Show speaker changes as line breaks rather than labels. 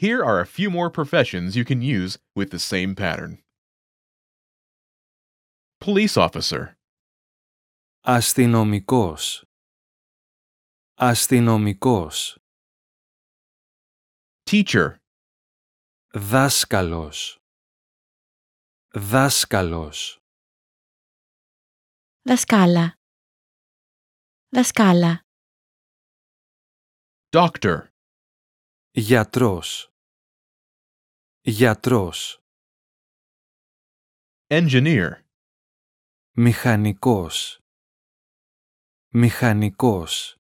Here are a few more professions you can use with the same pattern. Police officer,
Αστυνομικός. Αστυνομικός.
teacher,
Δάσκαλος. Δάσκαλος.
Δασκάλα. Δασκάλα.
doctor,
Γιατρός. Γιατρός.
engineer,
Μηχανικός. Μηχανικός.